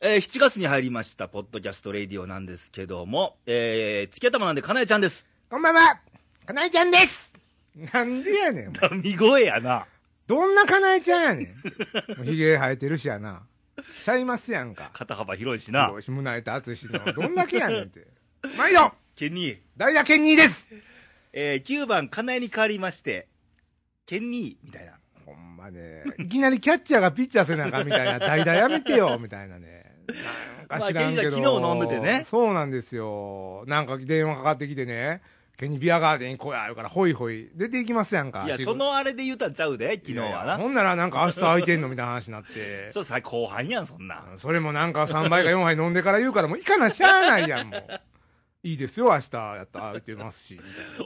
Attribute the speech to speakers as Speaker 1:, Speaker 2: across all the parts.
Speaker 1: えー7月に入りました、ポッドキャストレディオなんですけども、えー、月頭なんでかなえちゃんです。
Speaker 2: こんばんは、かなえちゃんですなんでやねん。
Speaker 1: 見声やな。
Speaker 2: どんなかなえちゃんやねん。ひげ生えてるしやな。ちゃいますやんか。
Speaker 1: 肩幅広いしな。
Speaker 2: し胸板厚しの、どんだけやねんって。毎度、
Speaker 1: ケニー、
Speaker 2: 代打ケニーです
Speaker 1: えー、9番かなえに変わりまして、ケニー、みたいな。
Speaker 2: ほんまね、いきなりキャッチャーがピッチャーせなあかんみたいな、代打やめてよ、みたいなね。なんか知ら
Speaker 1: まあケニー
Speaker 2: んけど、
Speaker 1: が昨日飲んでてね
Speaker 2: そうなんですよ。なんか電話かかってきてね、ケニービアガーデンに来や、言うから、ホイホイ、出ていきますやんか。
Speaker 1: いや、
Speaker 2: 仕
Speaker 1: そ
Speaker 2: 事
Speaker 1: のあれで言うたんちゃうで、昨日
Speaker 2: いや
Speaker 1: はい
Speaker 2: や
Speaker 1: な。
Speaker 2: ほんならなんか明日空いてんのみたいな話になって。
Speaker 1: そうさ、後半やん、そんな。
Speaker 2: それもなんか3杯か4杯飲んでから言うからもういかなしゃあないや ん、もう。いいですよ、明日やったら空いてますし。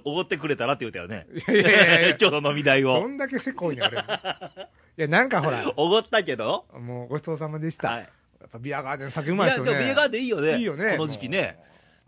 Speaker 1: おごってくれたらって言うたよね。
Speaker 2: いやいやいや
Speaker 1: 今日の飲み代
Speaker 2: ど
Speaker 1: を。
Speaker 2: んだけせこいねん、俺も。いや、なんかほら、
Speaker 1: おごったけど、
Speaker 2: もうごちそうさまでした。
Speaker 1: はい
Speaker 2: やっぱビアガーデン酒う
Speaker 1: い
Speaker 2: まいで
Speaker 1: や、
Speaker 2: す
Speaker 1: で
Speaker 2: よ
Speaker 1: も
Speaker 2: ね。
Speaker 1: ビーガーデンいいよね。
Speaker 2: いいよね
Speaker 1: この時期ね。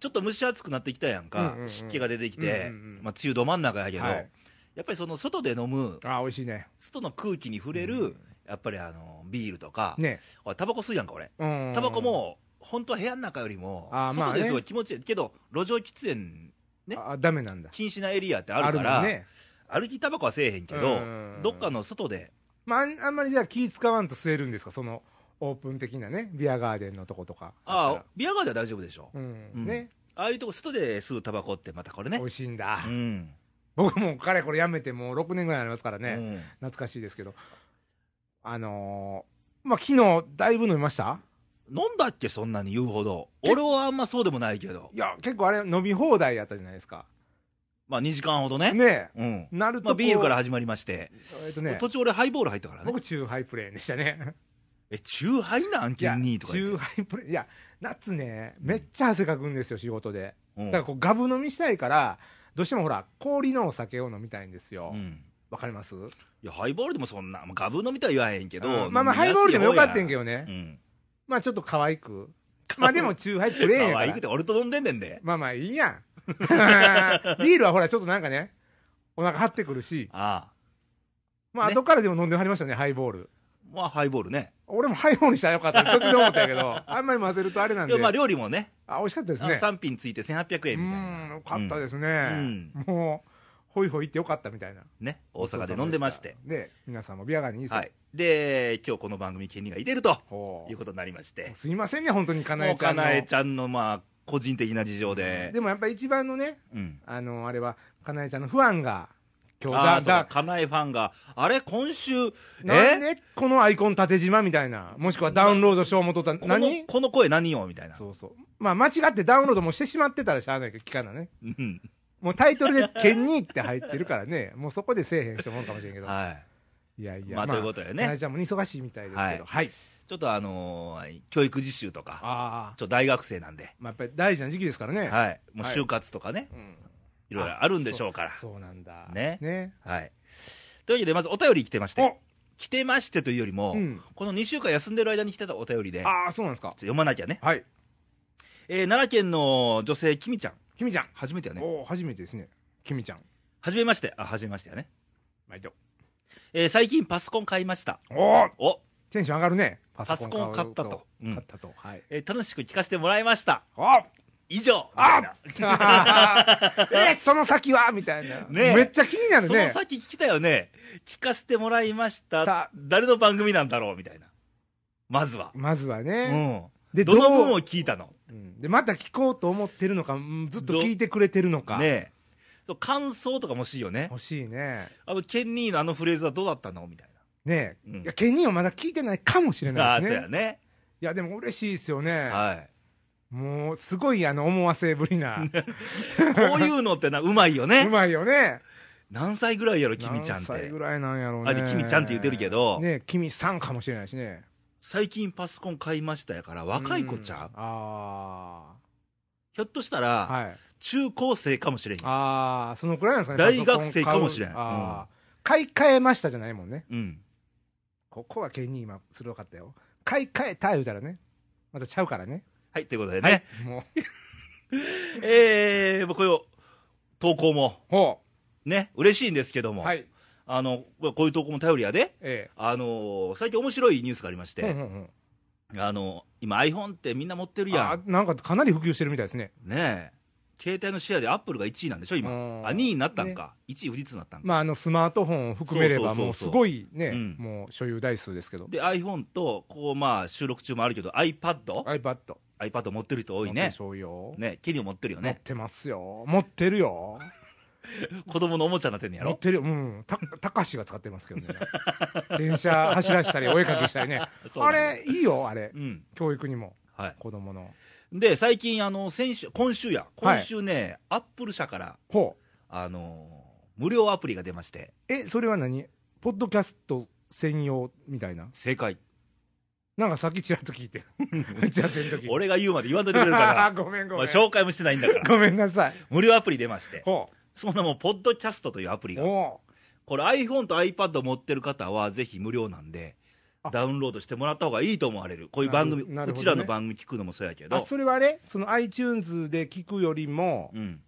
Speaker 1: ちょっと蒸し暑くなってきたやんか
Speaker 2: うんうんう。ん
Speaker 1: 湿気が出てきて
Speaker 2: うんうんう、ん
Speaker 1: まあ、梅雨ど真ん中やけど、
Speaker 2: はい
Speaker 1: やっぱりその外で飲む、
Speaker 2: あ、美味しいね。
Speaker 1: 外の空気に触れる、やっぱりあの、ビールとか、
Speaker 2: ね。
Speaker 1: 俺タバコ吸うやんか、俺。
Speaker 2: うん
Speaker 1: タバコ。も、本当は部屋の中よりも、
Speaker 2: あーまあ
Speaker 1: 外
Speaker 2: ね
Speaker 1: ですごい気持ちいいけど、路上喫煙ね
Speaker 2: あ、ダメなんだ。
Speaker 1: 禁止なエリアってあるから、
Speaker 2: もんね。
Speaker 1: 歩きタバコはせえへんけ
Speaker 2: う
Speaker 1: ど
Speaker 2: ん、
Speaker 1: どっかの外で、
Speaker 2: まあ、あんあんまりじゃあ気使わんと吸えるんですか、その、オープン的なね、ビアガーデンのとことか。
Speaker 1: ああ、ビアガーデンは大丈夫でしょ
Speaker 2: う。
Speaker 1: うん
Speaker 2: ん。ね。
Speaker 1: ああいうとこ、外で吸うタバコってまたこれね
Speaker 2: 美。味しいんだ
Speaker 1: う。ん。
Speaker 2: 僕もかれこれやめてもう6年ぐらいになりますからね。
Speaker 1: うん
Speaker 2: 懐かしいですけど、あのーまあ、昨日だいぶ飲みました
Speaker 1: 飲んだっけ、そんなに言うほど。俺はあんまそうでもないけど。
Speaker 2: いや、結構あれ、飲み放題やったじゃないですか。
Speaker 1: まあ、2時間ほどね。
Speaker 2: ね
Speaker 1: うん
Speaker 2: え。なるとこ
Speaker 1: ま
Speaker 2: う、
Speaker 1: あ、ビールから始まりまして。
Speaker 2: えっとね、
Speaker 1: 途中俺ハイボール入ったからね。
Speaker 2: 僕、中ハイプレーンでし たね。
Speaker 1: え、中ハイなん
Speaker 2: いや
Speaker 1: ケンニーとか言って
Speaker 2: 中ハイプレーン、いや、夏ね、めっちゃ汗かくんですよ、仕事で。
Speaker 1: う
Speaker 2: だ
Speaker 1: ん
Speaker 2: からこう、ガブ飲みしたいから、どうしてもほら、氷のお酒を飲みたいんですよ。わ
Speaker 1: う、ん。
Speaker 2: かります
Speaker 1: いや、ハイボールでもそんな、まあガブ飲みとは言わへんけど。
Speaker 2: まあまあ、ハイボールでもよかったんやけ
Speaker 1: ど。
Speaker 2: どね。
Speaker 1: うん。
Speaker 2: まあ、ちょっと可愛く。まあ、でも、中ハイプレーンや
Speaker 1: 可
Speaker 2: か
Speaker 1: 愛
Speaker 2: ら
Speaker 1: く。て俺と飲んでんねんで。
Speaker 2: まあまあいいやん。 ビールはほら、ちょっとなんかね、お腹張ってくるし、
Speaker 1: ああ。
Speaker 2: まあ
Speaker 1: ね
Speaker 2: 後からでも飲んではりましたね、ハイボール。ま
Speaker 1: まあ、ハイボールね。
Speaker 2: 俺もハイボールしたらよかった。途中で思ったんや けど、あんまり混ぜるとあれなん
Speaker 1: い
Speaker 2: で
Speaker 1: や、。まあ、料理もね、
Speaker 2: あ、美味しかったです
Speaker 1: あの
Speaker 2: ね。
Speaker 1: 3品ついて1800
Speaker 2: う
Speaker 1: 円みたい
Speaker 2: ん、
Speaker 1: な。
Speaker 2: よかった
Speaker 1: うん
Speaker 2: ですね。もう、ホイホイ行ってよかったみたいな。
Speaker 1: ね、大阪で飲んでまして。。
Speaker 2: で、皆さんもビアガーにいいですよ
Speaker 1: はい。で、今日この番組、ケンニーがいてると
Speaker 2: ほ
Speaker 1: いうことになりまして
Speaker 2: う。すいませんね、本当にかな
Speaker 1: も
Speaker 2: え
Speaker 1: う
Speaker 2: ちゃ
Speaker 1: か
Speaker 2: んの。
Speaker 1: なえちゃんのまあ個人的な事情で、
Speaker 2: でもやっぱ一番のね、
Speaker 1: うん、
Speaker 2: あの、あれは、かなえちゃんの不安が、今
Speaker 1: ああ
Speaker 2: 日
Speaker 1: そうか、
Speaker 2: だ
Speaker 1: かなえファンが、あれ、今週、
Speaker 2: なん
Speaker 1: え
Speaker 2: でこのアイコン縦縞みたいな、もしくはダウンロード賞も取った、
Speaker 1: この
Speaker 2: 何
Speaker 1: この声、何よみたいな、
Speaker 2: そうそう。まあ間違ってダウンロードもしてしまってたらしゃあないけど、聞かなね。
Speaker 1: うん
Speaker 2: もうタイトルで、ケンニーって入ってるから ね、もうそこでせえへん人もんかもしれんけど。
Speaker 1: はい
Speaker 2: やい
Speaker 1: い、
Speaker 2: や、
Speaker 1: まあ、ということで
Speaker 2: かなえ
Speaker 1: ね、
Speaker 2: ちゃんも忙しいみたいですけど。はい。
Speaker 1: ちょっとあのー教育実習とか、
Speaker 2: ああ。
Speaker 1: ちょっと大学生なんで、
Speaker 2: まあやっぱり大事な時期ですからね。
Speaker 1: はい、もう
Speaker 2: はい
Speaker 1: 就活とかね、
Speaker 2: うん
Speaker 1: いろいろあるんでしょうから。
Speaker 2: そうなんだ。
Speaker 1: ね
Speaker 2: ね。
Speaker 1: はい、というわけで、まずお便り来てまして
Speaker 2: お、
Speaker 1: 来てましてというよりも、
Speaker 2: うん
Speaker 1: この2週間休んでる間に来てたお便りで、ちょっ
Speaker 2: ああ、そうなんですか
Speaker 1: と。読まなきゃね、
Speaker 2: はい。
Speaker 1: えー奈良県の女性、きみちゃん、
Speaker 2: きみちゃん。
Speaker 1: 初めてよね、
Speaker 2: おお、初めてですね。きみちゃん。
Speaker 1: はじめまして、あ、はじめましてやね。
Speaker 2: 毎度。
Speaker 1: えー最近パソコン買いました。
Speaker 2: おお、
Speaker 1: お、
Speaker 2: テンション上がるね。パ
Speaker 1: ソコン買ったとうん
Speaker 2: 買ったと。はい。
Speaker 1: えー楽しく聞かせてもらいました。
Speaker 2: おー
Speaker 1: 以上。み
Speaker 2: あ
Speaker 1: た
Speaker 2: えその先はみたいな、
Speaker 1: ねえ
Speaker 2: めっちゃ気にな
Speaker 1: な
Speaker 2: いる
Speaker 1: その
Speaker 2: ね
Speaker 1: 先聞きたよね。聞かせてもらいました
Speaker 2: さ。
Speaker 1: 誰の番組なんだろうみたいな。まずは。
Speaker 2: まずは
Speaker 1: う
Speaker 2: ね、
Speaker 1: ん。
Speaker 2: で
Speaker 1: どの
Speaker 2: どう
Speaker 1: 分を聞いたの
Speaker 2: うんでまた聞こうと思ってるのかうんずっと聞いてくれてるのか、
Speaker 1: ねえそう感想とかも欲しいよね。
Speaker 2: 欲しいね
Speaker 1: あの、ケンニーのあのフレーズはどうだったのみたい
Speaker 2: ねえ、
Speaker 1: うん
Speaker 2: いやケニーはまだ聞いてないかもしれ
Speaker 1: な。あ
Speaker 2: な
Speaker 1: あ
Speaker 2: い
Speaker 1: ー、
Speaker 2: で
Speaker 1: そう
Speaker 2: すね
Speaker 1: やね。
Speaker 2: いやでも嬉しいですよね、
Speaker 1: はい。
Speaker 2: もうすごいあの思わせぶりな
Speaker 1: こういうのってな、うまいよ
Speaker 2: う
Speaker 1: ね。
Speaker 2: まいよね
Speaker 1: 何歳ぐらいやろ、キミちゃんっ
Speaker 2: 何歳
Speaker 1: て
Speaker 2: ぐ。らいなんやろうね
Speaker 1: あれキミちゃんって言ってるけど
Speaker 2: ねえキミさんかもしれないしね
Speaker 1: 最近パソコン買いましたやから、若い子ちゃ
Speaker 2: うん
Speaker 1: ん
Speaker 2: あ
Speaker 1: ひょっとした
Speaker 2: あ
Speaker 1: ら、
Speaker 2: はい
Speaker 1: 中高生かもしれんよ。
Speaker 2: ああそのくらいなんですかね
Speaker 1: 大学生かもしれん
Speaker 2: パソコン買うあー買い替えましたじゃないもんね
Speaker 1: うん。
Speaker 2: ここはケニー今鋭かったよ買い替えた言うたらねまたちゃうからね
Speaker 1: はい、ということでね。
Speaker 2: はい もう
Speaker 1: えー、もうこれを、投稿も、
Speaker 2: ほ
Speaker 1: ね、嬉しいんですけど
Speaker 2: う
Speaker 1: も、
Speaker 2: はい
Speaker 1: あの、こういう投稿も頼りやで、
Speaker 2: え
Speaker 1: あのー最近面白いニュースがありまして、
Speaker 2: えうんうんうん
Speaker 1: あの今 iPhone ってみんな持ってるや
Speaker 2: あ
Speaker 1: ん
Speaker 2: なんかかなり普及してるみたいですね。
Speaker 1: ねえ携帯のシェアでアップルが1位なんでしょ今
Speaker 2: うん
Speaker 1: あ2位になったんか、1位富士通になったんか、
Speaker 2: まあ、あのスマートフォンを含めれば、
Speaker 1: そうそうそうそう
Speaker 2: もうすごいね、
Speaker 1: うん
Speaker 2: もう所有台数ですけど、
Speaker 1: で iPhone とこうまあ収録中もあるけど iPadiPad
Speaker 2: iPad、
Speaker 1: 持ってる人多い
Speaker 2: 持ってる
Speaker 1: ね
Speaker 2: 人多いよ、
Speaker 1: ねケニー持ってるよ
Speaker 2: 持っ
Speaker 1: ね
Speaker 2: てますよ、持ってるよ、
Speaker 1: 子供のおもちゃになってんねや
Speaker 2: 持っ
Speaker 1: ろ
Speaker 2: てるよ、うん、た たかしが使ってますけどね、電車走らしたり、お絵かきしたりね、
Speaker 1: そう
Speaker 2: あ
Speaker 1: なんだ
Speaker 2: れ、いいよ、あれ
Speaker 1: う、ん
Speaker 2: 教育にも、
Speaker 1: はい
Speaker 2: 子供の。
Speaker 1: で最近あの先週今週や今週ね、アップル社から
Speaker 2: ほう
Speaker 1: あの無料アプリが出まして
Speaker 2: え、それは何ポッドキャスト専用みたいな、
Speaker 1: 正解
Speaker 2: なんかさっきちらっと聞い て、ちらっと聞いて、
Speaker 1: 俺が言うまで言わんといてくれる から
Speaker 2: ごめんご
Speaker 1: ま
Speaker 2: め
Speaker 1: あ
Speaker 2: ん、
Speaker 1: 紹介もしてないんだから
Speaker 2: ごめんなさい。
Speaker 1: 無料アプリ出まして
Speaker 2: ほ
Speaker 1: その名もポッドキャストというアプリ
Speaker 2: う
Speaker 1: が
Speaker 2: おう
Speaker 1: これ iPhone と iPad を持ってる方はぜひ無料なんで
Speaker 2: あ
Speaker 1: ダウンロードしてもらった方がいいと思われるこういう番組、
Speaker 2: なるな
Speaker 1: う
Speaker 2: るほどね
Speaker 1: ちらの番組聞くのもそうやけ
Speaker 2: あ
Speaker 1: ど
Speaker 2: それはあれその iTunes で聞くよりも
Speaker 1: うん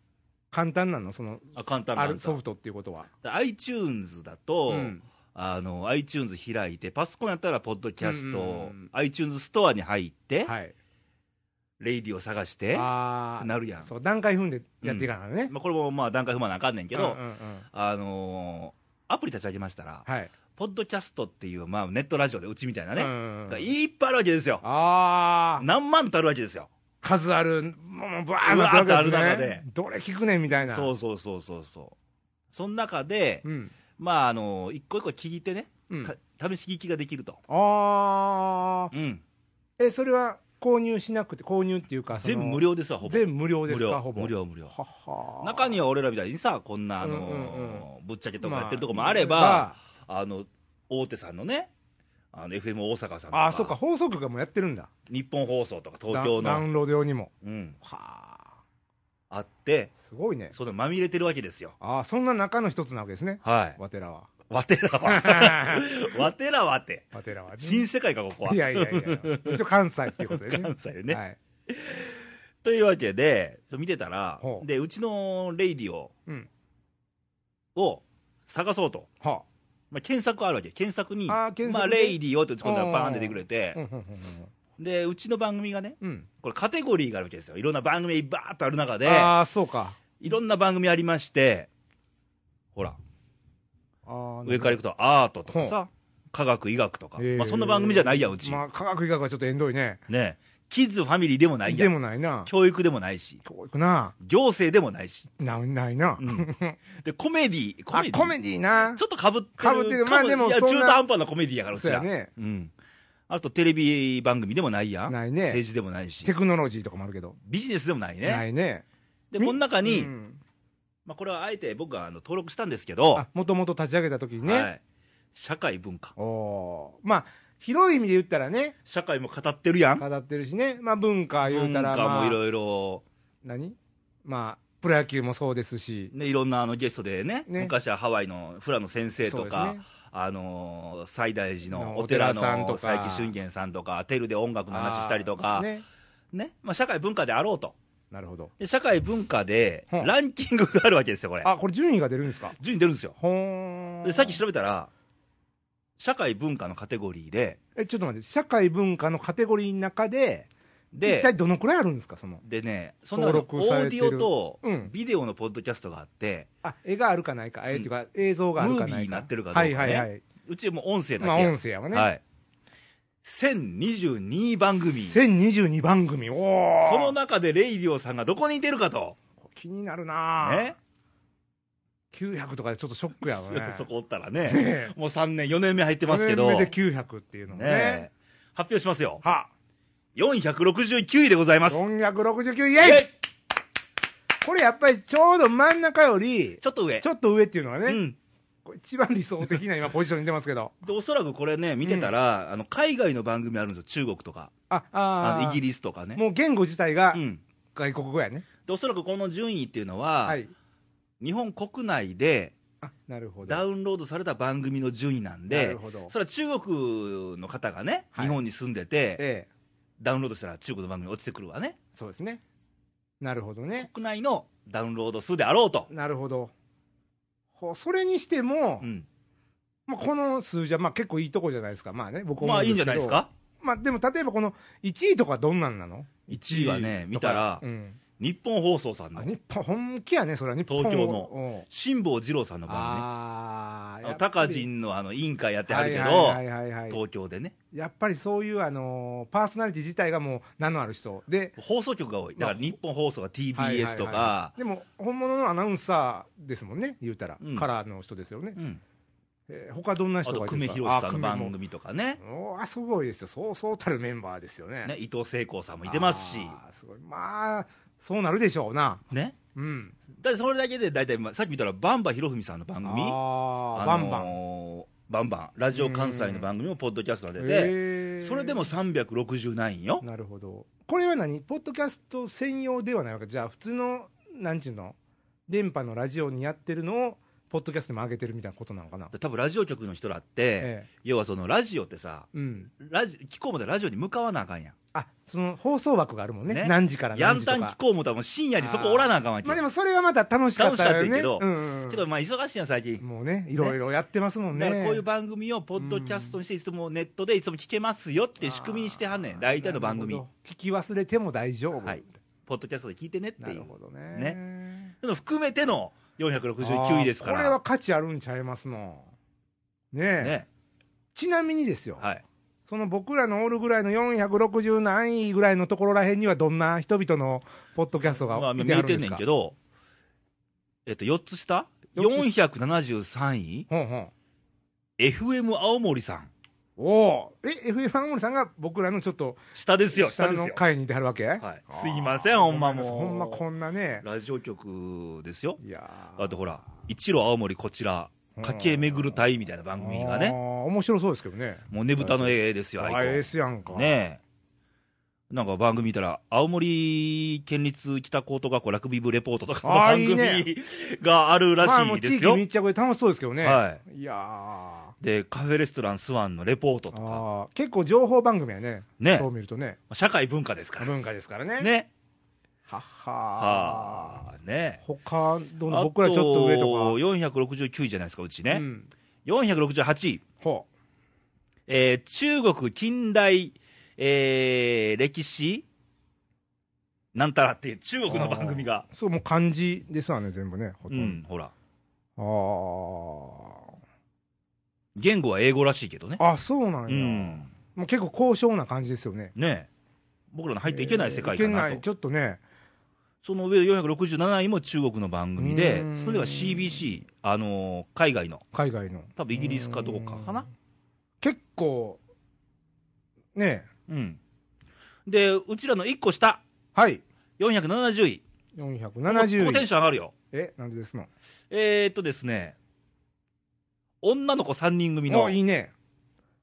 Speaker 2: 簡単なのその
Speaker 1: あ簡単な
Speaker 2: あ
Speaker 1: ん
Speaker 2: る
Speaker 1: さ
Speaker 2: ソフトっていうことは、
Speaker 1: で iTunes だと、
Speaker 2: うん
Speaker 1: あの iTunes 開いてパソコンやったらポッドキャスト、
Speaker 2: うんうんうん
Speaker 1: iTunes ストアに入って、
Speaker 2: はい
Speaker 1: レイディを探して
Speaker 2: あー
Speaker 1: なるやん
Speaker 2: そう段階踏んでやっていかないのね、
Speaker 1: まあ、これもまあ段階踏まなあかんねんけど、
Speaker 2: うんうんうん
Speaker 1: あのーアプリ立ち上げましたら、
Speaker 2: はい、
Speaker 1: ポッドキャストっていう、まあ、ネットラジオでうちみたいなね、
Speaker 2: うんうんうん
Speaker 1: がいっぱいあるわけですよ
Speaker 2: ああ
Speaker 1: 何万とあるわけですよ
Speaker 2: 数あるもうもうバーッとある
Speaker 1: うわーっ
Speaker 2: わ
Speaker 1: とあ
Speaker 2: けで
Speaker 1: る
Speaker 2: す
Speaker 1: 中で
Speaker 2: ねどれ聞くねんみたいな
Speaker 1: そうそうそうそうそうその中で、
Speaker 2: うん
Speaker 1: まああの一個一個聞いてね、
Speaker 2: うん
Speaker 1: か試し聞きができると、
Speaker 2: ああ
Speaker 1: うん、
Speaker 2: えそれは購入しなくて購入っていうかその
Speaker 1: 全部無料ですわほぼ
Speaker 2: 全部無料で
Speaker 1: 無
Speaker 2: すか
Speaker 1: 料
Speaker 2: ほぼ
Speaker 1: 無料無料
Speaker 2: ははー
Speaker 1: 中には俺らみたいにさこんなあの、
Speaker 2: うん
Speaker 1: ぶっちゃけとか
Speaker 2: まあ
Speaker 1: やってるとこもあれば、あの大手さんのねあの FM 大阪さんと
Speaker 2: あ
Speaker 1: か
Speaker 2: あそっか放送局もやってるんだ
Speaker 1: 日本放送とか東京
Speaker 2: ダダウ
Speaker 1: の、
Speaker 2: ンロード用にも
Speaker 1: うん、
Speaker 2: はあ
Speaker 1: あって
Speaker 2: すごいね
Speaker 1: そのまみれてるわけですよ
Speaker 2: ああそんな中の一つなわけですね
Speaker 1: はい
Speaker 2: わてら は
Speaker 1: わてら はわてらはって
Speaker 2: わてらは
Speaker 1: 新世界かここはい
Speaker 2: やいやいや一応関西っていうことでね
Speaker 1: 関西ね、
Speaker 2: はい
Speaker 1: というわけで見てたら
Speaker 2: ほう
Speaker 1: でうちのレイディオ
Speaker 2: うん
Speaker 1: を探そうと、
Speaker 2: は
Speaker 1: まあ、検索あるわけ検索に
Speaker 2: あー検索ね
Speaker 1: まあ、レイディオって打ち込んだらバーン出てくれ
Speaker 2: あうん
Speaker 1: て
Speaker 2: うんうん
Speaker 1: でうちの番組がね
Speaker 2: うんうん
Speaker 1: これカテゴリーがあるわけですよいろんな番組バーッとある中で
Speaker 2: ああそうか
Speaker 1: いろんな番組ありましてほら上から
Speaker 2: い
Speaker 1: いくとアートとかさ科学医学とか、まあ、そんな番組じゃないやんうち、
Speaker 2: まあ科学医学はちょっと縁遠いね
Speaker 1: ねキッズファミリーでもないや
Speaker 2: で
Speaker 1: ん
Speaker 2: もないな
Speaker 1: 教育でもないし
Speaker 2: 教育な
Speaker 1: 行政でもないし、
Speaker 2: なないな
Speaker 1: うん、でコメディコ
Speaker 2: あ
Speaker 1: メディ
Speaker 2: コメディな
Speaker 1: ちょっとかぶってる
Speaker 2: 被ってるまあでも
Speaker 1: いや
Speaker 2: そ
Speaker 1: 中
Speaker 2: んな
Speaker 1: 途半端なコメディやからうち
Speaker 2: そう
Speaker 1: ら
Speaker 2: やね
Speaker 1: うんあとテレビ番組でもないやん
Speaker 2: ないね
Speaker 1: 政治でもないし
Speaker 2: テクノロジーとかもあるけど
Speaker 1: ビジネスでもないね
Speaker 2: ないね
Speaker 1: でこの中に、
Speaker 2: うん
Speaker 1: まあ、これはあえて僕はあの登録したんですけど、
Speaker 2: あもともと立ち上げた時に
Speaker 1: は
Speaker 2: ね
Speaker 1: い社会文化
Speaker 2: おおまあ広い意味で言ったらね
Speaker 1: 社会も語ってるやん
Speaker 2: 語ってるしね、まあ、文化言
Speaker 1: 文
Speaker 2: うたら、
Speaker 1: 化
Speaker 2: ま
Speaker 1: もい
Speaker 2: あ、
Speaker 1: ろいろ
Speaker 2: 何まあ、プロ野球もそうですし、
Speaker 1: ねいろんなあのゲストでね
Speaker 2: ね
Speaker 1: 昔はハワイのフラの先生と
Speaker 2: そう
Speaker 1: か、
Speaker 2: ですね
Speaker 1: あのー西大寺のお
Speaker 2: お
Speaker 1: 寺の
Speaker 2: 寺さんとか
Speaker 1: 佐伯俊玄さんとかテルで音楽の話したりとか
Speaker 2: あー
Speaker 1: ね
Speaker 2: ね、
Speaker 1: まあ、社会文化であろうと
Speaker 2: なるほど。
Speaker 1: で社会文化で
Speaker 2: うん
Speaker 1: ランキングがあるわけですよこれ
Speaker 2: あ、これ順位が出るんですか
Speaker 1: 順位出るんですよ
Speaker 2: ほーん。
Speaker 1: でさっき調べたら社会文化のカテゴリーで
Speaker 2: え、ちょっと待って、社会文化のカテゴリーの中で、一
Speaker 1: で
Speaker 2: 体どのくらいあるんですか、その。
Speaker 1: でねその中にオ
Speaker 2: 登録さ
Speaker 1: ー
Speaker 2: れ
Speaker 1: デ
Speaker 2: て
Speaker 1: ィ
Speaker 2: る
Speaker 1: オと
Speaker 2: うん
Speaker 1: ビデオのポッドキャストがあって、
Speaker 2: あ、絵があるかないか、え、っていうか、映像があるかないか。
Speaker 1: ムービーになってるかどうか
Speaker 2: は
Speaker 1: ね
Speaker 2: いはいはい。
Speaker 1: うちもう音声だけや
Speaker 2: まあ、音声やわね。
Speaker 1: はい、1022番組
Speaker 2: 1022番組。おー
Speaker 1: その中でレイディオさんがどこにいてるかと、
Speaker 2: 気になるなぁ
Speaker 1: ね、。
Speaker 2: 900とかでちょっとショックやわね
Speaker 1: そこおったらね、
Speaker 2: ね
Speaker 1: もう3年、4年目入ってますけど、
Speaker 2: 4
Speaker 1: ね
Speaker 2: 年目で900っていうのもね。
Speaker 1: え発表しますよ、
Speaker 2: は
Speaker 1: 469位でございます、
Speaker 2: 469イ
Speaker 1: イ
Speaker 2: エイ
Speaker 1: エ
Speaker 2: これやっぱりちょうど真ん中より
Speaker 1: イちょっと上、
Speaker 2: ちょっと上っていうのはね、
Speaker 1: うん、
Speaker 2: これ一番理想的な今ポジションに出ますけど
Speaker 1: でおそらくこれね、見てたら、あの海外の番組あるんですよ、中国とか、
Speaker 2: ああ
Speaker 1: あのイギ
Speaker 2: リ
Speaker 1: リスとかね。
Speaker 2: もう言語自体が
Speaker 1: うん、
Speaker 2: 外国語やね、
Speaker 1: でおそらくこの順位っていうのは、
Speaker 2: はい
Speaker 1: 日本国内で
Speaker 2: あなるほど
Speaker 1: ダウンロードされた番組の順位なん
Speaker 2: な
Speaker 1: で
Speaker 2: るほど、
Speaker 1: それは中国の方がね、
Speaker 2: はい
Speaker 1: 日本に住んでて、
Speaker 2: ええ
Speaker 1: ダウンロードしたら中国の番組落ちてくるわね、
Speaker 2: そうですねなるほどね
Speaker 1: 国内のダウンロード数であろうと、
Speaker 2: なるほどほうそれにしても、
Speaker 1: うん
Speaker 2: まあ、この数字はまあ結構いいとこじゃないですかまあね僕思
Speaker 1: まあ
Speaker 2: うですけど
Speaker 1: いいんじゃないですか、
Speaker 2: まあでも例えばこの1位とかどんなんなの
Speaker 1: 1位はね
Speaker 2: とか
Speaker 1: 見たら
Speaker 2: うん
Speaker 1: 日本放送さんの
Speaker 2: あ日本本気やねそれは日本を
Speaker 1: 東京の
Speaker 2: うん
Speaker 1: 辛坊治郎さんの番
Speaker 2: あ
Speaker 1: 組
Speaker 2: あ
Speaker 1: ね高陣のあの委員会やってはるけど
Speaker 2: はいはいはいはいはい
Speaker 1: 東京でね
Speaker 2: やっぱりそういう、あのーパーソナリティ自体がもう名のある人で
Speaker 1: 放送局が多いだから日本放送が
Speaker 2: はいはいは
Speaker 1: TBS
Speaker 2: い
Speaker 1: とか
Speaker 2: でも本物のアナウンサーですもんね言うたら、
Speaker 1: うん
Speaker 2: カラーの人ですよね、
Speaker 1: うん
Speaker 2: えー他どんな
Speaker 1: あ
Speaker 2: 人
Speaker 1: と
Speaker 2: がい
Speaker 1: 久
Speaker 2: るんで
Speaker 1: 米
Speaker 2: す
Speaker 1: 宏
Speaker 2: か
Speaker 1: さんの番組とかね
Speaker 2: あ久米もおーすごいですよそうそうたるメンバーですよね
Speaker 1: ね伊藤聖子さんもいてますし
Speaker 2: あーすごいまあそうなるでしょうな
Speaker 1: ね
Speaker 2: うん
Speaker 1: だってそれだけで大体まあさっき見たらバンバ博文さんの番組
Speaker 2: あーバンバン、
Speaker 1: ンバンバンラジオ関西の番組もポッドキャストが出て
Speaker 2: へー
Speaker 1: それでも360位よ
Speaker 2: なるほどこれは何ポッドキャスト専用ではないわけじゃあ普通のなんちゅうの電波のラジオにやってるのをポッドキャストにも上げてるみたいなことなのかな
Speaker 1: 多分ラジオ局の人らって、
Speaker 2: え
Speaker 1: 要はそのラジオってさ
Speaker 2: えうん
Speaker 1: ラジ聞こうもたらラジオに向かわなあかんやん
Speaker 2: あその放送枠があるもんね
Speaker 1: ね
Speaker 2: 何時から
Speaker 1: ヤ
Speaker 2: 何
Speaker 1: ン
Speaker 2: 時と
Speaker 1: タ
Speaker 2: か
Speaker 1: ン聞こうもたらもう深夜にそこおらなあかんわけ
Speaker 2: まあで
Speaker 1: よ
Speaker 2: もそれはまた楽しかったよ
Speaker 1: 楽
Speaker 2: ね
Speaker 1: しかったけど
Speaker 2: うんうん
Speaker 1: けどまあ忙しいやん最近、
Speaker 2: もうねいろいろやってますもんね
Speaker 1: だからこういう番組をポッドキャストにしていつもネットでいつも聞けますよっていう仕組みにしてはんねん大体の番組
Speaker 2: なるほど聞き忘れても大丈夫、
Speaker 1: はいポッドキャストで聞いてねって
Speaker 2: ないる
Speaker 1: う
Speaker 2: ほどね
Speaker 1: その含めての469位ですから
Speaker 2: あーこれは価値あるんちゃいますのねえ
Speaker 1: ね
Speaker 2: ちなみにですよ、
Speaker 1: はい
Speaker 2: その僕らのオールぐらいの460何位ぐらいのところらへんにはどんな人々のポッドキャスト
Speaker 1: ま
Speaker 2: が
Speaker 1: あ
Speaker 2: 見
Speaker 1: 見
Speaker 2: てあ
Speaker 1: え
Speaker 2: るんで
Speaker 1: てん
Speaker 2: す
Speaker 1: ねん
Speaker 2: か、
Speaker 1: けどえっと4つ下
Speaker 2: 四
Speaker 1: 473位
Speaker 2: ほんほん
Speaker 1: FM 青森さん
Speaker 2: おおえ FM アンモルさんが僕らのちょっと
Speaker 1: 下ですよ下
Speaker 2: 下
Speaker 1: ですよ
Speaker 2: の階にいてはるわけ、
Speaker 1: はい
Speaker 2: あー
Speaker 1: すいませんほんまもう
Speaker 2: ほんまこんなね
Speaker 1: ラジオ局ですよ
Speaker 2: いやー
Speaker 1: あとほら一路青森こちら
Speaker 2: うん
Speaker 1: 家計巡る隊みたいな番組が
Speaker 2: あー
Speaker 1: ね
Speaker 2: 面白そうですけどね
Speaker 1: もうねぶたの絵ですよあ
Speaker 2: あええ
Speaker 1: い
Speaker 2: っすやんか
Speaker 1: こねえなんか番組見たら青森県立北高等学校ラグビー部レポートとかの
Speaker 2: あー
Speaker 1: 番
Speaker 2: いい
Speaker 1: 組
Speaker 2: ね
Speaker 1: があるら
Speaker 2: まあ
Speaker 1: し
Speaker 2: もう
Speaker 1: い
Speaker 2: 地
Speaker 1: です
Speaker 2: 域
Speaker 1: よ
Speaker 2: 密着で楽しそうですけどね、、
Speaker 1: はい
Speaker 2: やーあ
Speaker 1: でカフェレストランスワンのレポートとか
Speaker 2: ー結構情報番組やね
Speaker 1: ね
Speaker 2: そう見るとね
Speaker 1: 社会文化ですから
Speaker 2: 文化ですからね
Speaker 1: ね
Speaker 2: はっはー
Speaker 1: はあね
Speaker 2: 他ど
Speaker 1: あ
Speaker 2: の僕らちょっと上と
Speaker 1: 469位じゃないですかうち
Speaker 2: か、
Speaker 1: ね、
Speaker 2: うん、
Speaker 1: 468位
Speaker 2: ほう
Speaker 1: えー中国近代、えー歴史なんたらっていう中国の番組が、
Speaker 2: そうもう漢字ですわね全部ねほと
Speaker 1: うんん、ほら、
Speaker 2: ど、
Speaker 1: 言語は英語らしいけどね、
Speaker 2: あああそうなんや、
Speaker 1: うん、
Speaker 2: もう結構高尚な感じですよね
Speaker 1: ねえ僕らの入っていけない世界か
Speaker 2: えーい
Speaker 1: な
Speaker 2: け
Speaker 1: と、
Speaker 2: ないちょっとね
Speaker 1: その上で467位も中国の番組で
Speaker 2: うーん、
Speaker 1: それは CBC、あのー海外の、
Speaker 2: 海外の
Speaker 1: 多分イギリスかどうかかな、
Speaker 2: 結構ねえ
Speaker 1: うん、で、うちらの1個下、
Speaker 2: はい
Speaker 1: 470位、ここテン
Speaker 2: 470位
Speaker 1: ション上がるよ、
Speaker 2: えなんでですの
Speaker 1: えー、っとですね、女の子3人組の
Speaker 2: おい。いね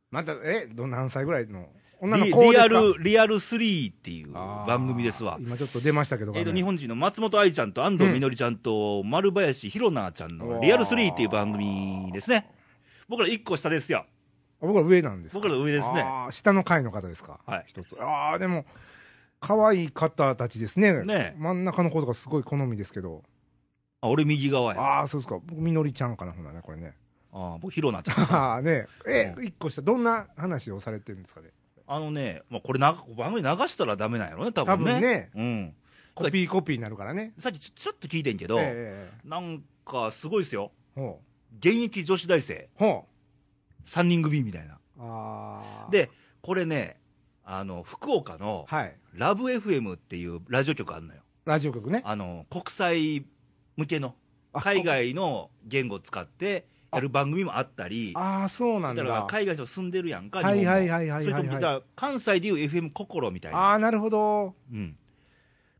Speaker 2: またえど何歳ぐらいの女の
Speaker 1: リ
Speaker 2: 子です
Speaker 1: リ
Speaker 2: か
Speaker 1: アル、リアル3っていう
Speaker 2: あー
Speaker 1: 番組ですわ。
Speaker 2: 今ちょっと出ましたけど、
Speaker 1: えーと、日本人の松本愛ちゃんと安藤みのりちゃんと丸林弘奈ちゃん
Speaker 2: うわ
Speaker 1: の
Speaker 2: ー
Speaker 1: リアル3っていう番組ですね。僕ら1個下ですよ。
Speaker 2: あ僕ら上なんですか
Speaker 1: 僕ら上ですね
Speaker 2: あー下の階の方ですか
Speaker 1: はい。
Speaker 2: 一つああでも可愛い方たちですね
Speaker 1: ねえ
Speaker 2: 真ん中の子とかすごい好みですけど
Speaker 1: あ、俺右側や。あ
Speaker 2: ああそうですか僕みのりちゃんかなほんならねこ れね
Speaker 1: あー、僕弘奈ちゃん。
Speaker 2: ああねええ一個下どんな話をされてるんですかね
Speaker 1: あのね、まあ、これな、番組流したらダメなんやろね、多
Speaker 2: 多
Speaker 1: 分ね。
Speaker 2: 分ね
Speaker 1: うん。
Speaker 2: コピーコピーになるからね
Speaker 1: さっきちょちらっと聞いてんけど、
Speaker 2: ええええ
Speaker 1: なんかすごいですよ。
Speaker 2: ほ
Speaker 1: 現役女子大生
Speaker 2: うほ
Speaker 1: 3人組みたいな。
Speaker 2: うああ
Speaker 1: で、これね、あの、福岡の
Speaker 2: はい
Speaker 1: ラブ FM っていうラジオ局あるのよ。
Speaker 2: ラジオ局ね
Speaker 1: あの国際向けの
Speaker 2: あ
Speaker 1: 海外の言語を使ってやる番組もあったり
Speaker 2: ああそうなんだ
Speaker 1: だから海外の人住んでるやんか
Speaker 2: はい
Speaker 1: 日本も
Speaker 2: はいはいはいはいは
Speaker 1: それと
Speaker 2: い
Speaker 1: もだから関西でいう FM 心みたい
Speaker 2: あ
Speaker 1: な、
Speaker 2: あなるほど
Speaker 1: うん、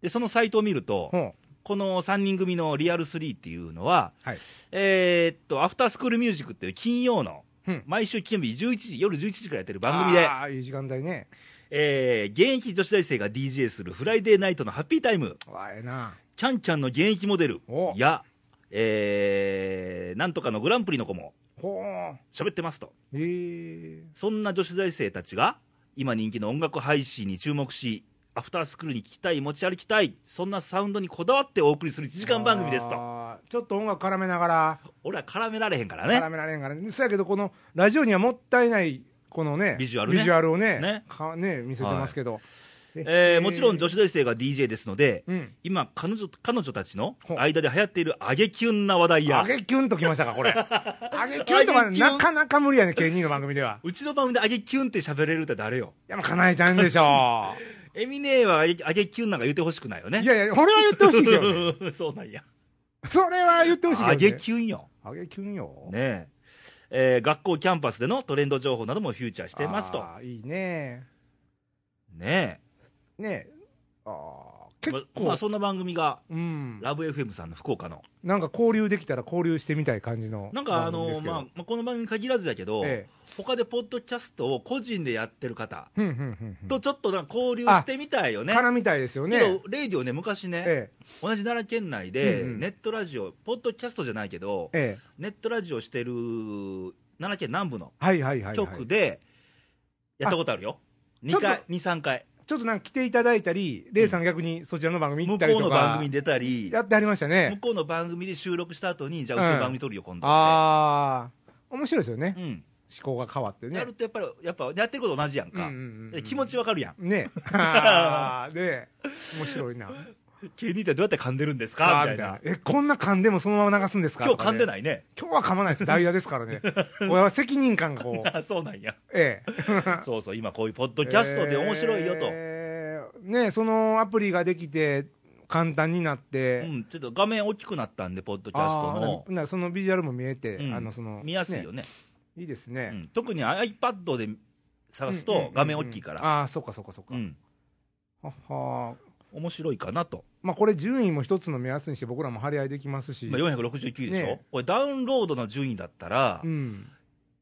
Speaker 1: でそのサイトを見ると
Speaker 2: ほう
Speaker 1: この3人組のリアル3っていうのは、
Speaker 2: はい
Speaker 1: えーっとアフタースクールミュージックっていう金曜の
Speaker 2: うん
Speaker 1: 毎週金曜日11時夜11時からやってる番組で、
Speaker 2: ああいい時間帯ね
Speaker 1: えー現役女子大生が DJ するフライデーナイトのハッピータイム
Speaker 2: わあええな
Speaker 1: キャンキャンの現役モデル
Speaker 2: お
Speaker 1: や、えー、なんとかのグランプリの子も
Speaker 2: ほう
Speaker 1: 喋ってますと。
Speaker 2: ええ
Speaker 1: そんな女子大生たちが、今人気の音楽配信に注目し、アフタースクールに聞きたい、持ち歩きたい、そんなサウンドにこだわってお送りする1時間番組ですと。
Speaker 2: あーちょっと音楽絡めながら
Speaker 1: 俺は絡められへんからね
Speaker 2: 絡。められんからね、そやけど、このラジオにはもったいないこのね
Speaker 1: ビジュアルね
Speaker 2: をね
Speaker 1: ね
Speaker 2: かね見せてますけど、
Speaker 1: えーもちろん女子大生が DJ ですので、
Speaker 2: うん
Speaker 1: 今彼女、彼女たちの
Speaker 2: ほう
Speaker 1: 間で流行っているあげキュンな話題や
Speaker 2: あ、げキュンときましたか これあげキュンとか
Speaker 1: あげキュン
Speaker 2: なかなか無理やね K2 の番組では
Speaker 1: うちの番組であげキュンって喋れるって誰よ、
Speaker 2: いやっぱかなえちゃんでしょ
Speaker 1: エミネーはあげあげキュンなんか言ってほしく ないよね。
Speaker 2: いやいや俺は言ってほしい けど、ね、
Speaker 1: うんそうなんや。
Speaker 2: それは言ってほしい
Speaker 1: あ
Speaker 2: け
Speaker 1: げ
Speaker 2: ど、ね、
Speaker 1: キュンよ。
Speaker 2: あげキュンよ、
Speaker 1: ねええー学校キャンパスでのトレンド情報などもフューチャーしてますと。
Speaker 2: あーいいね
Speaker 1: ね
Speaker 2: ねあー
Speaker 1: え。
Speaker 2: 結構、
Speaker 1: ままあ、そんな番組が、
Speaker 2: うん、
Speaker 1: ラブ f m さんの福岡の。
Speaker 2: なんか交流できたら交流してみたい感じの
Speaker 1: なんかあ
Speaker 2: 番組で
Speaker 1: の
Speaker 2: すけど
Speaker 1: まあ、まあこの番組に限らずだけど、
Speaker 2: ええ
Speaker 1: 他でポッドキャストを個人でやってる方
Speaker 2: ふんふんふんふん
Speaker 1: とちょっとなんか交流してみたいよね。
Speaker 2: からみたいですよね
Speaker 1: けど、レイディオね、昔ね、
Speaker 2: え
Speaker 1: 同じ奈良県内で、
Speaker 2: うんうん
Speaker 1: ネットラジオ、ポッドキャストじゃないけど
Speaker 2: え、ええ
Speaker 1: ネットラジオしてる奈良県南部の
Speaker 2: はいはいはい、はい、
Speaker 1: 局で、やったことあるよ、
Speaker 2: ち
Speaker 1: 2
Speaker 2: ょっと
Speaker 1: 回、2、3回、
Speaker 2: ちょっとなんか来ていただいたり、レイさん逆にそちらの番組行
Speaker 1: 向
Speaker 2: ったり
Speaker 1: ことう
Speaker 2: か、
Speaker 1: の番組に出たり、
Speaker 2: やってありました
Speaker 1: 向
Speaker 2: ね。
Speaker 1: こうの番組で収録した後に、じゃあ、うちの番組撮るよ、今度っ
Speaker 2: ああ、面白いですよね
Speaker 1: て、。うん、
Speaker 2: 思考が変わってね。
Speaker 1: やるとやっぱり、やっぱやってること同じやんか、
Speaker 2: うんうんうんうん
Speaker 1: 気持ちわかるやん、
Speaker 2: ね。 あーね面白いな。
Speaker 1: ケニーってどうやって噛んでるんです
Speaker 2: あ
Speaker 1: か
Speaker 2: ー
Speaker 1: みたいな、
Speaker 2: え、こんな噛んでもそのまま流すんですか
Speaker 1: 今日噛んで
Speaker 2: い。
Speaker 1: ないね、
Speaker 2: 今日は噛まないです。代打ですからね。俺は責任感がこう、
Speaker 1: あ そうなんや、
Speaker 2: ええ。
Speaker 1: そうそう、今、こういうポッドキャストで面白いよと。
Speaker 2: えーねそのアプリができて、簡単になって、
Speaker 1: うん、ちょっと画面大きくなったんで、ポッドキャストの
Speaker 2: あ、ーなそのビジュアルも見えて、
Speaker 1: うん
Speaker 2: あのその
Speaker 1: 見やすいよ
Speaker 2: ね
Speaker 1: ね、
Speaker 2: いいですね、
Speaker 1: うん、特に iPad で探すと、画面大きいから、
Speaker 2: ああーそうかそうかそうか、
Speaker 1: うん、
Speaker 2: はは
Speaker 1: 面白いかなと、
Speaker 2: まあこれ順位も一つの目安にして僕らも張り合いできますし、
Speaker 1: 今、469でしょ、
Speaker 2: ね
Speaker 1: これ、ダウンロードの順位だったら、
Speaker 2: うん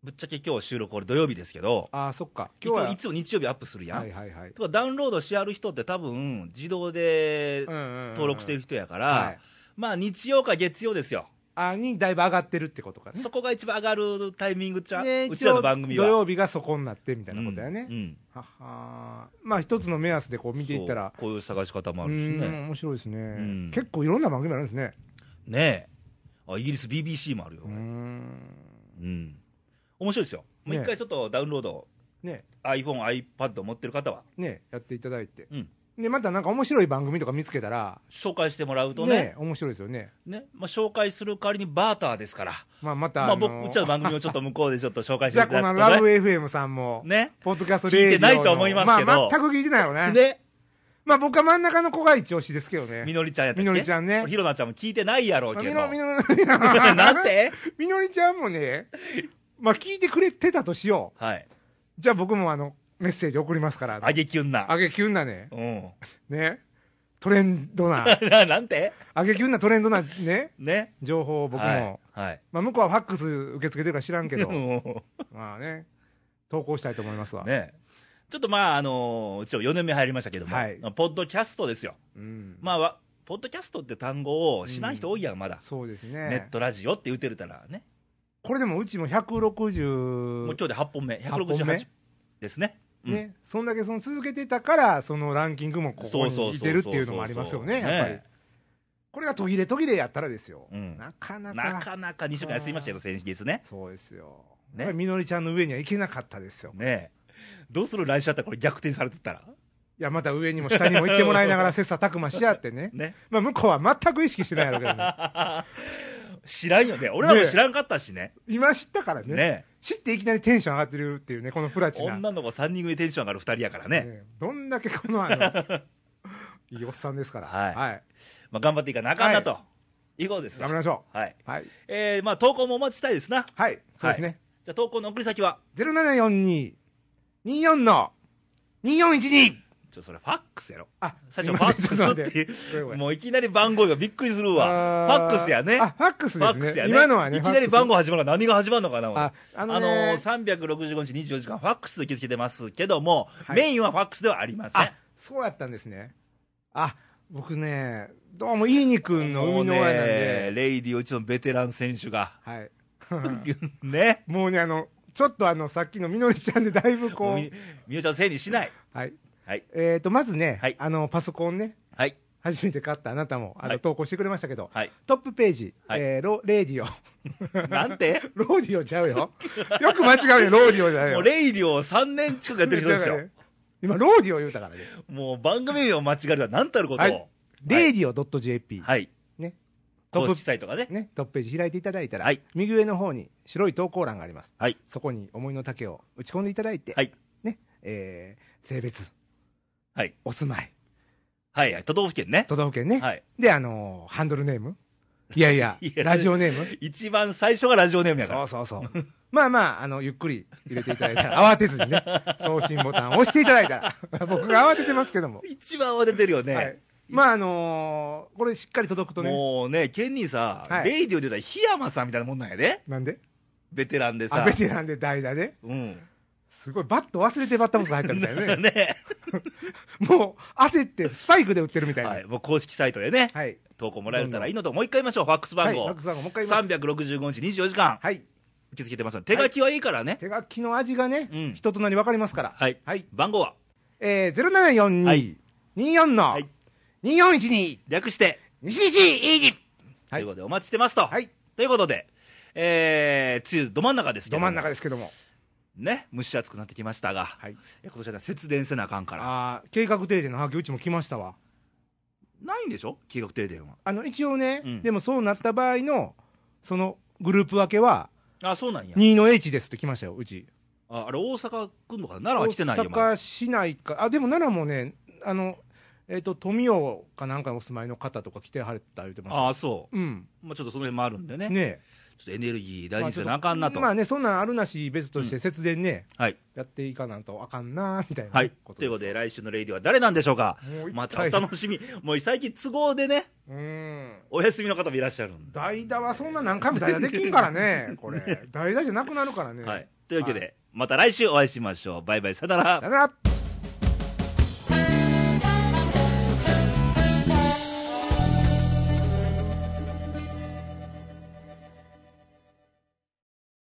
Speaker 1: ぶっちゃけ今日収録、これ、土曜日ですけど、
Speaker 2: ああそっか
Speaker 1: 今
Speaker 2: 今日
Speaker 1: 日
Speaker 2: はい
Speaker 1: つも日曜日アップするやん。
Speaker 2: はいはいはい
Speaker 1: とかダウンロードしある人って、多分自動で登録してる
Speaker 2: 人
Speaker 1: 人やから、
Speaker 2: はい
Speaker 1: まあ、日曜か月曜ですよ、
Speaker 2: あーにだいぶ上がってるってことかね
Speaker 1: そこが一番上がるタイミングちゃう、
Speaker 2: ね
Speaker 1: うちらの番組は。
Speaker 2: 一応土曜日がそこになってみたいなことだよね、
Speaker 1: うんうん
Speaker 2: ははーまあ一つの目安でこう見ていったら
Speaker 1: そうこういう探し方もあ
Speaker 2: う
Speaker 1: るし
Speaker 2: ん
Speaker 1: ね
Speaker 2: 面白いですね、
Speaker 1: ん
Speaker 2: 結構いろんな番組あるんですね
Speaker 1: ねえあイギリス BBC もあるよ
Speaker 2: うーん
Speaker 1: うん面白いですよもう
Speaker 2: ね
Speaker 1: 一回ちょっとダウンロード、
Speaker 2: ね
Speaker 1: iPhoneiPad 持ってる方は
Speaker 2: ねやっていただいて、
Speaker 1: うん
Speaker 2: でまたなんか面白い番組とか見つけたら
Speaker 1: 紹介してもらうとね
Speaker 2: ね面白いですよね
Speaker 1: ね、まあ、紹介する代わりにバーターですから、
Speaker 2: まあまた、
Speaker 1: まあ、
Speaker 2: の
Speaker 1: 僕うちらの番組をちょっと向こうでちょっと紹介して
Speaker 2: じゃ
Speaker 1: い
Speaker 2: あこ
Speaker 1: ただ
Speaker 2: の
Speaker 1: く
Speaker 2: ラ
Speaker 1: と
Speaker 2: ブ
Speaker 1: ね
Speaker 2: FM さんも、
Speaker 1: ね
Speaker 2: ポッドキャストレイディオの
Speaker 1: 聞いてないと思いますけど
Speaker 2: まあ、全く聞いてないよね。
Speaker 1: で
Speaker 2: まあ僕は真ん中の子が一押しですけど
Speaker 1: み
Speaker 2: ね。
Speaker 1: のりちゃんやったっけ
Speaker 2: みのりちゃんね
Speaker 1: ひろなちゃんも聞いてないやろう
Speaker 2: まあ
Speaker 1: け
Speaker 2: み
Speaker 1: ど、
Speaker 2: の、みの、
Speaker 1: なん て
Speaker 2: みのりちゃんもね、まあ聞いてくれてたとしよ。
Speaker 1: はいう
Speaker 2: じゃあ僕もあの、メッセージ送りますから。
Speaker 1: あげきゅんな
Speaker 2: あげきゅんなね。
Speaker 1: うん
Speaker 2: ね。トレン ドな、
Speaker 1: なんて
Speaker 2: あげきゅんなトレンドなね、
Speaker 1: ね
Speaker 2: 情報を僕も。
Speaker 1: はい、はい
Speaker 2: まあ向こうはファックス受け付けてるから知らんけど、
Speaker 1: うん
Speaker 2: まあね、投稿したいと思いますわ。
Speaker 1: ね、ちょっとまあ、あのーうちも4年目入りましたけども、
Speaker 2: はい
Speaker 1: ポッドキャストですよ、
Speaker 2: うん。
Speaker 1: まあわ、ポッドキャストって単語を知らん人多いやん、まだ、
Speaker 2: そうです
Speaker 1: ネ
Speaker 2: ね
Speaker 1: ッ。トラジオって言ってるたらね、
Speaker 2: これでもうちも160
Speaker 1: もう今日で8本目、
Speaker 2: 本目
Speaker 1: 168ですね、うん
Speaker 2: ね、そんだけその続けてたから、そのランキングもここに出るっていうのもありますよね、
Speaker 1: そうそうそうそう
Speaker 2: やっぱり
Speaker 1: ね。
Speaker 2: これが途切れ途切れやったらですよ、
Speaker 1: うん
Speaker 2: なかなか
Speaker 1: なかなか2週間休みましたよ、先月ね。
Speaker 2: そうですよ、
Speaker 1: ね
Speaker 2: やっぱりみのりちゃんの上にはいけなかったですよ、
Speaker 1: ねどうする来週あったらこれ逆転されてたら、
Speaker 2: いや、また上にも下にも行ってもらいな がら、切磋琢磨し合ってね、
Speaker 1: ね、
Speaker 2: まあ、向こうは全く意識してないやろうけどね、
Speaker 1: 知らんよね、俺らも知らんかったしね、
Speaker 2: 今知ったからね
Speaker 1: ね
Speaker 2: 知っていきなりテンション上がってるっていうね、このプラチナ、
Speaker 1: 女の子3人組テンション上がる2人やからね、
Speaker 2: ねどんだけこの あのいいおっさんですから、
Speaker 1: はい
Speaker 2: はい、
Speaker 1: まあ、頑張っていかなあかんなと、い、うことです
Speaker 2: 頑
Speaker 1: わ
Speaker 2: 張りましょ
Speaker 1: はい、
Speaker 2: う、はい、
Speaker 1: えーまあ、投稿もお待ちしたいですな。
Speaker 2: はい、そうですね。
Speaker 1: はじゃあ投稿の送り先は
Speaker 2: 0742-24の2412
Speaker 1: ちょそれファックスやろ
Speaker 2: あ、
Speaker 1: 最初ファックスって
Speaker 2: て
Speaker 1: もういきなり番号がびっくりするわファックスやね
Speaker 2: あ、ファックス
Speaker 1: ファ
Speaker 2: で
Speaker 1: ッ
Speaker 2: す
Speaker 1: クス
Speaker 2: ね
Speaker 1: や。ね
Speaker 2: 今のはね、
Speaker 1: いきなり番号
Speaker 2: 号。
Speaker 1: 始まるの何が始まるのかな
Speaker 2: あ、あ
Speaker 1: あ
Speaker 2: の
Speaker 1: の
Speaker 2: ね
Speaker 1: ー、365日24時間ファックスで受け付けてますけども、
Speaker 2: はい
Speaker 1: メインはファックスではありません
Speaker 2: あ、そうやったんですね。あ、僕ね、どうもいいにくんの
Speaker 1: も
Speaker 2: 海
Speaker 1: う
Speaker 2: の
Speaker 1: ね
Speaker 2: 親なんで、
Speaker 1: レイディオ一のベテラン選手が
Speaker 2: はい。
Speaker 1: ね
Speaker 2: もうね、あの、ちょっとあの、さっきのみのりちゃんでだい
Speaker 1: も
Speaker 2: ぶ
Speaker 1: う
Speaker 2: こ、
Speaker 1: みみおちゃんせいにしないう
Speaker 2: はい。
Speaker 1: はい
Speaker 2: えっと、まずね
Speaker 1: はい、
Speaker 2: あの、パソコンね、
Speaker 1: はい
Speaker 2: 初めて買ったあなたもあの、
Speaker 1: はい
Speaker 2: 投稿してくれましたけど、
Speaker 1: はい
Speaker 2: トップページ、
Speaker 1: はい
Speaker 2: えーロレディオ
Speaker 1: なんて
Speaker 2: ローディオちゃうよ よく間違うよローディオじゃないよ
Speaker 1: もうレイディオを3年近くやってる人ですよ。
Speaker 2: 今ローディオ言うたからね、
Speaker 1: もう番組名を間違えるのは何たることを。
Speaker 2: は
Speaker 1: はいい。
Speaker 2: レーディオ .jp、
Speaker 1: はい、
Speaker 2: ね
Speaker 1: 公式サイトがね。
Speaker 2: ね、トップページ開いていただいたら、
Speaker 1: はい
Speaker 2: 右上の方に白い投稿欄があります、
Speaker 1: はい
Speaker 2: そこに思いの丈を打ち込んでいただいて、
Speaker 1: はい
Speaker 2: ねえー性別、
Speaker 1: はい
Speaker 2: お住まい
Speaker 1: はいはい。都道府県ね。
Speaker 2: 都道府県ね、
Speaker 1: はい。
Speaker 2: で、あのーハンドルネームいやいや
Speaker 1: いや
Speaker 2: ラジオネーム
Speaker 1: 一番最初がラジオネームやか
Speaker 2: そ
Speaker 1: ら。
Speaker 2: うそうそう。 まあまあ、あの、ゆっくり入れていただい たら、慌てずにね、送信ボタンを押していただいた ら、僕が慌ててますけども。
Speaker 1: 一番慌ててるよね。
Speaker 2: はい、まあ、あのーこれしっかり届くとね、
Speaker 1: もうね、ケンニーさ、
Speaker 2: はい
Speaker 1: レイディオで言うたら檜山さんみたいなもんなんやで。
Speaker 2: なんで
Speaker 1: ベテランで
Speaker 2: あ、
Speaker 1: さ
Speaker 2: ベ。テランで代打で、
Speaker 1: うん。
Speaker 2: すごい、バット忘れてバッターボックス入ったみたいな ね。
Speaker 1: ね。
Speaker 2: もう、焦ってスパイクで打ってるみたいな。
Speaker 1: は
Speaker 2: はい
Speaker 1: い。。もう公式サイトでね、
Speaker 2: はい。
Speaker 1: 投稿もらえたらいいのと、もう一回言いましょう。ファックス番号。
Speaker 2: はいファックス番号もう一回言います
Speaker 1: 365日24時間、
Speaker 2: はい。
Speaker 1: 受け付けてますので、手書きはいいからね。
Speaker 2: 手書きの味がね、
Speaker 1: うん
Speaker 2: 人となり分かりますから。
Speaker 1: はい
Speaker 2: はい。
Speaker 1: 番号は、
Speaker 2: えー、
Speaker 1: は
Speaker 2: 0742
Speaker 1: い、
Speaker 2: 24の
Speaker 1: はい、
Speaker 2: 2412、
Speaker 1: 略して、
Speaker 2: 西西イージ
Speaker 1: と
Speaker 2: はいいう
Speaker 1: こ。とでお待ちしてますと。
Speaker 2: はい。
Speaker 1: ということで、えー、梅雨ど真ん中ですけど
Speaker 2: ど
Speaker 1: も
Speaker 2: 真ん中ですけども。
Speaker 1: ね、蒸し暑くなってきましたが、
Speaker 2: はい。
Speaker 1: え今年はね節電せなあかんから、
Speaker 2: あー計画停電の発揮うちも来ましたわ
Speaker 1: ないんでしょ、計画停電は。
Speaker 2: あの一応ね、
Speaker 1: うん
Speaker 2: でもそうなった場合のそのグループ分けは
Speaker 1: あ、そうなんや。
Speaker 2: 2の H ですって来ましたようち
Speaker 1: ああれ、大阪来んのかな、奈良は来てないよ、
Speaker 2: 大
Speaker 1: まだ
Speaker 2: 阪市内かあでも奈良もねあのえっ、と富雄かなんかにお住まいの方とか来てはれた言ってました
Speaker 1: あそう、
Speaker 2: うん
Speaker 1: まあ、ちょっとその辺もあるんでね、
Speaker 2: ね
Speaker 1: ちょっとエネルギー大事にせなあかんなと。
Speaker 2: まあねそんなんあるなし別として節電ね、
Speaker 1: はい、
Speaker 2: やっていかなんとあかんなみたいな、
Speaker 1: はい、ということで、来週のレイディは誰なんでしょうか
Speaker 2: もう一体、
Speaker 1: またお楽しみ、もう最近、都合でね、
Speaker 2: うん
Speaker 1: お休みの方もいらっしゃるんで。
Speaker 2: 代打はそんな何回も代打できんからね これ代打じゃなくなるからね
Speaker 1: はい、というわけで、また来週お会いしましょう。バイバイ、さよなら
Speaker 2: さよなら